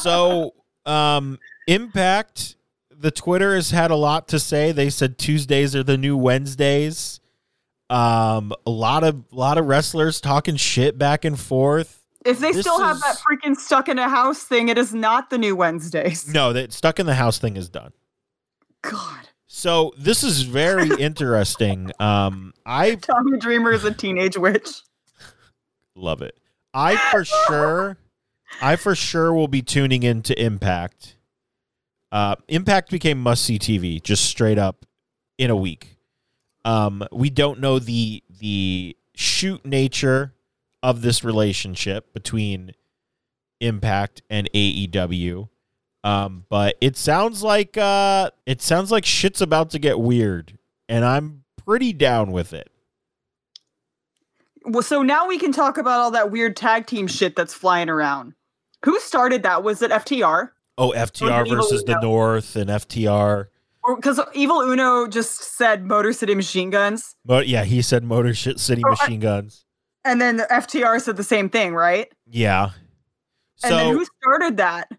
So, um, Impact, the Twitter has had a lot to say. They said Tuesdays are the new Wednesdays. Um, a lot of lot of wrestlers talking shit back and forth. if they this still have that is- freaking stuck in a house thing, it is not the new Wednesdays. No, that stuck in the house thing is done. God. So this is very interesting. Um, I Tommy Dreamer is a teenage witch. love it. I for sure, I for sure will be tuning into Impact. Uh, Impact became must see TV just straight up in a week. Um, we don't know the the shoot nature of this relationship between Impact and AEW, um, but it sounds like uh, it sounds like shit's about to get weird, and I'm pretty down with it. Well, so now we can talk about all that weird tag team shit that's flying around. Who started that? Was it FTR? Oh, FTR Evil versus the Uno. North and FTR. Because Evil Uno just said Motor City Machine Guns, But yeah, he said Motor Shi- City Oh, I- Machine Guns. and then the FTR said the same thing, right? Yeah. and then So who started that?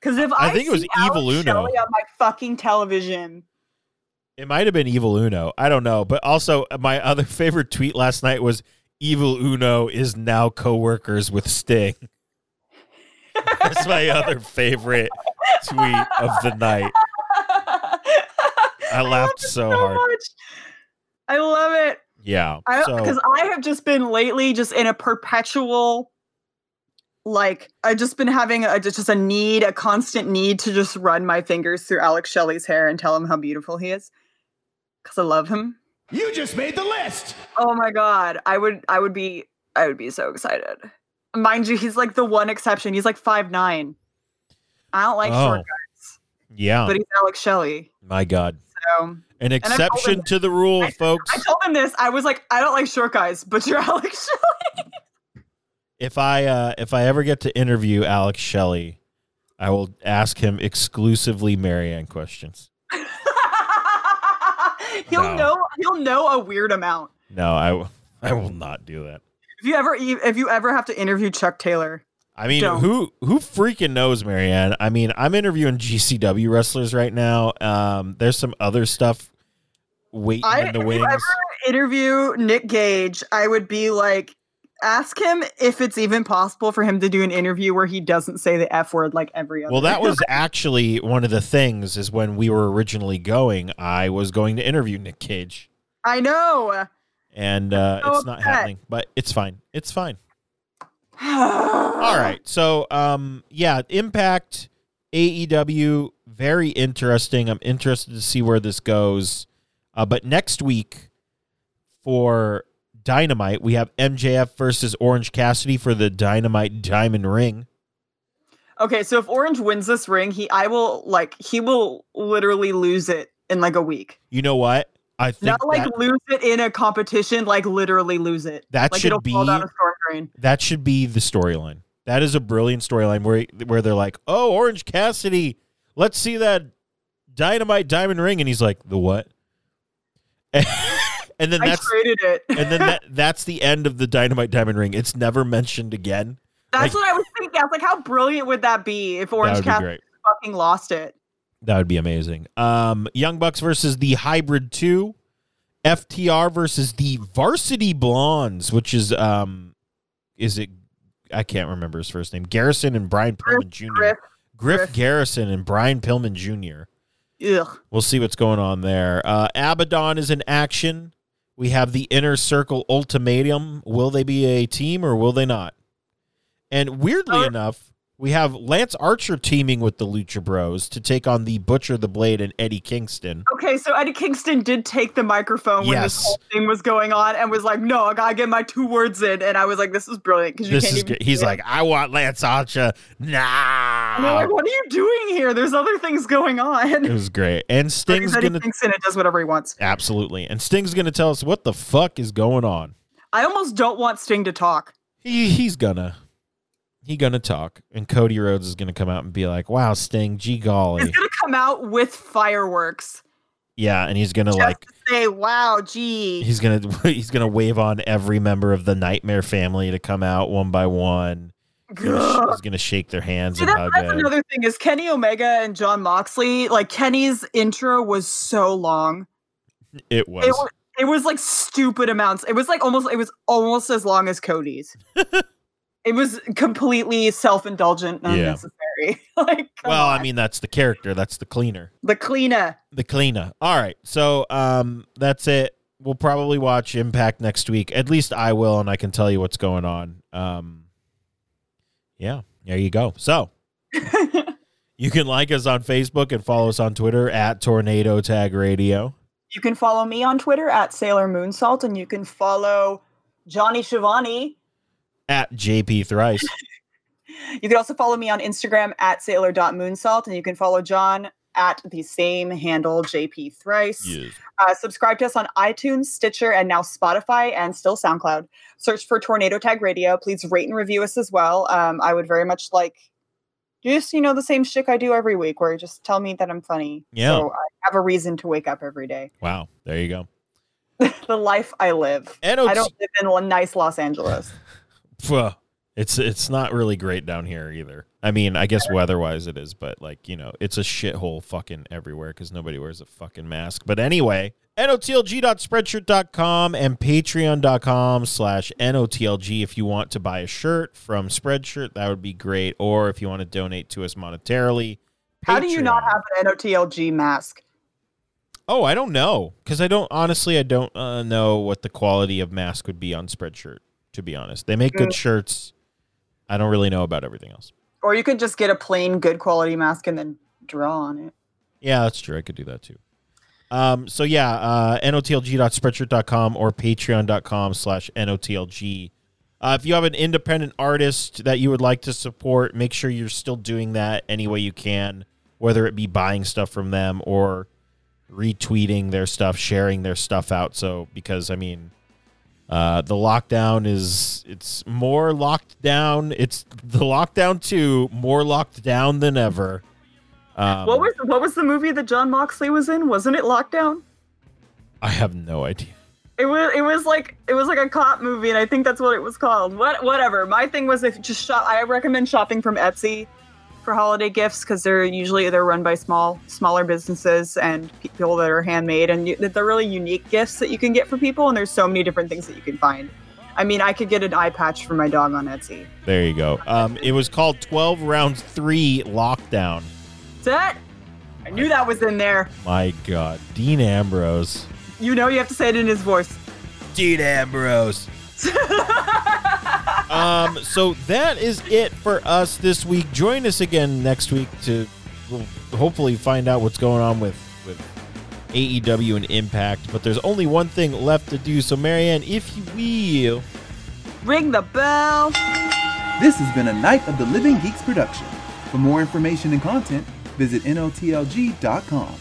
Because if I I, think it was see Evil Alex Uno. Shelley on my fucking television, it might have been Evil Uno. I don't know. But also, uh, my other favorite tweet last night was Evil Uno is now coworkers with Sting. That's my other favorite tweet of the night. I love laughed it so hard. much. I love it. Yeah. I because So I have just been lately just in a perpetual like I've just been having a just a need, a constant need to just run my fingers through Alex Shelley's hair and tell him how beautiful he is. Cause I love him. You just made the list. Oh my god. I would I would be I would be so excited. Mind you, he's like the one exception. He's like five nine. I don't like Oh. short guys, yeah, but he's Alex Shelley. my God, So an I've told him exception to the rule, folks. I told him this. I was like, I don't like short guys, but you're Alex Shelley. if I uh, if I ever get to interview Alex Shelley, I will ask him exclusively Marianne questions. he'll No. know he'll know a weird amount. No, I w- I will not do that. If you ever e- if you ever have to interview Chuck Taylor, I mean, Don't. who who freaking knows, Marianne? I mean, I'm interviewing GCW wrestlers right now. Um, there's some other stuff waiting I in the if wings. you ever interview Nick Gage, I would be like ask him if it's even possible for him to do an interview where he doesn't say the F word like every other. Well, that was actually one of the things is when we were originally going, I was going to interview Nick Cage, I know. and uh, so it's not upset. happening. But it's fine. It's fine. All right. So, um, yeah, Impact, AEW, very interesting. I'm interested to see where this goes. Uh, but next week for Dynamite, we have MJF versus Orange Cassidy for the Dynamite Diamond Ring. Okay, so if Orange wins this ring, he I will like he will literally lose it in like a week. You know what? I think Not like that, lose it in a competition, like literally lose it. That like should it'll fall down be- a storm drain. that should be the storyline. That is a brilliant storyline where where they're like, "Oh, Orange Cassidy, let's see that Dynamite Diamond Ring," and he's like, "The what?" and then I that's created it. and then that, that's the end of the dynamite diamond ring it's never mentioned again That's like- what I was thinking. I was like, how brilliant would that be if that Orange would be Cassidy great fucking lost it? that would be amazing um young bucks versus the hybrid 2 ftr versus the varsity blondes which is um is it i can't remember his first name garrison and brian pillman jr griff, Griff. Griff. garrison and brian pillman jr Ugh. We'll see what's going on there. Uh, Abaddon is in action. We have the Inner Circle Ultimatum. Will they be a team or will they not? And weirdly Uh, enough, we have Lance Archer teaming with the Lucha Bros to take on the Butcher, the Blade, and Eddie Kingston. Okay, so Eddie Kingston did take the microphone when Yes. this whole thing was going on and was like, no, I gotta get my two words in. And I was like, this is brilliant because you This can't is even. good. He's do it. like, I want Lance Archer And they're now. like, what are you doing here? There's other things going It on. was great. And Sting's Eddie gonna Kingston it does whatever he wants. absolutely. And Sting's gonna tell us what the fuck is going on. I almost don't want Sting to talk. He, he's gonna. he gonna talk, and Cody Rhodes is gonna come out and be like, "Wow, Sting, gee He's golly, gonna come out with fireworks. yeah," and he's gonna Just like to say, wow, gee. he's gonna he's gonna wave on every member of the Nightmare family to come out one by one. He's gonna, sh- Gah. he's gonna shake their hands See, and that, hug that's them. another thing is Kenny Omega and John Moxley. Like Kenny's intro was so long. It It, was wa- it was like stupid amounts. It was like almost it was almost as long as Cody's. it was completely self indulgent and Yeah. unnecessary. like come well, I on. mean that's the character, that's the cleaner, the cleaner. the cleaner. All right, so um, that's it. We'll probably watch Impact next week. At least I will, and I can tell you what's going on. Um, yeah, there you go. So you You can like us on Facebook and follow us on Twitter at Tornado Tag Radio. can follow me on Twitter at Sailor Moonsalt, and you can follow Johnny Shivani. At JP Thrice. You can also follow me on Instagram at sailor.moonsalt, and you can follow John at the same handle, JP Thrice. Uh, subscribe to us on iTunes, Stitcher, and now Spotify and still SoundCloud. Search for Tornado Tag Radio. Please rate and review us as well. Um, I would very much like just, you know, the same shtick I do every week where you just tell me that I'm funny. Yeah. So I have a reason to wake up every day. Wow. There you go. the life I live. I NOT don't live in one nice Los Angeles. Pho. It's it's not really great down here either. I mean, I guess weather wise it is, but like, you know, it's a shithole fucking everywhere because nobody wears a fucking mask. But anyway, notlg.spreadshirt.com and patreon.com slash notlg if you want to buy a shirt from Spreadshirt, that would be great. Or if you want to donate to us monetarily. How do you not Patreon. have an NOTLG mask? Oh, I don't know because I don't honestly. I don't uh, know what the quality of mask would be on Spreadshirt. To be honest, they make good shirts. I don't really know about everything else. Or you could just get a plain good quality mask and then draw on it. Yeah, that's true. I could do that too. Um, so yeah, uh, notlg.spreadshirt.com or patreon.com slash notlg. Uh, if you have an independent artist that you would like to support, make sure you're still doing that any way you can, whether it be buying stuff from them or retweeting their stuff, sharing their stuff out. So because I mean, uh, the lockdown is it's more locked down. It's the lockdown two more locked down than ever. Um, What was what was the movie that John Moxley was in? Wasn't it Lockdown? I have no idea. It was it was like it was like a cop movie, and I think that's what it was called. What whatever. My thing was if just shop. I recommend shopping from Etsy for holiday gifts because they're usually they're run by small smaller businesses and people that are handmade, and you, that they're really unique gifts that you can get for people. And there's so many different things that you can find. I mean, I could get an eye patch for my dog on Etsy. There you go. Um, it was called 12 Round 3 Lockdown. Set. I knew that was in there. My God. Dean Ambrose. You know you have to say it in his voice. Dean Ambrose. um, so that is it for us this week. Join us again next week to we'll hopefully find out what's going on with, with AEW and Impact. But there's only one thing left to do. So, Marianne, if you will. Ring the bell. This has been a Night of the Living Geeks production. For more information and content, visit NOTLG.com.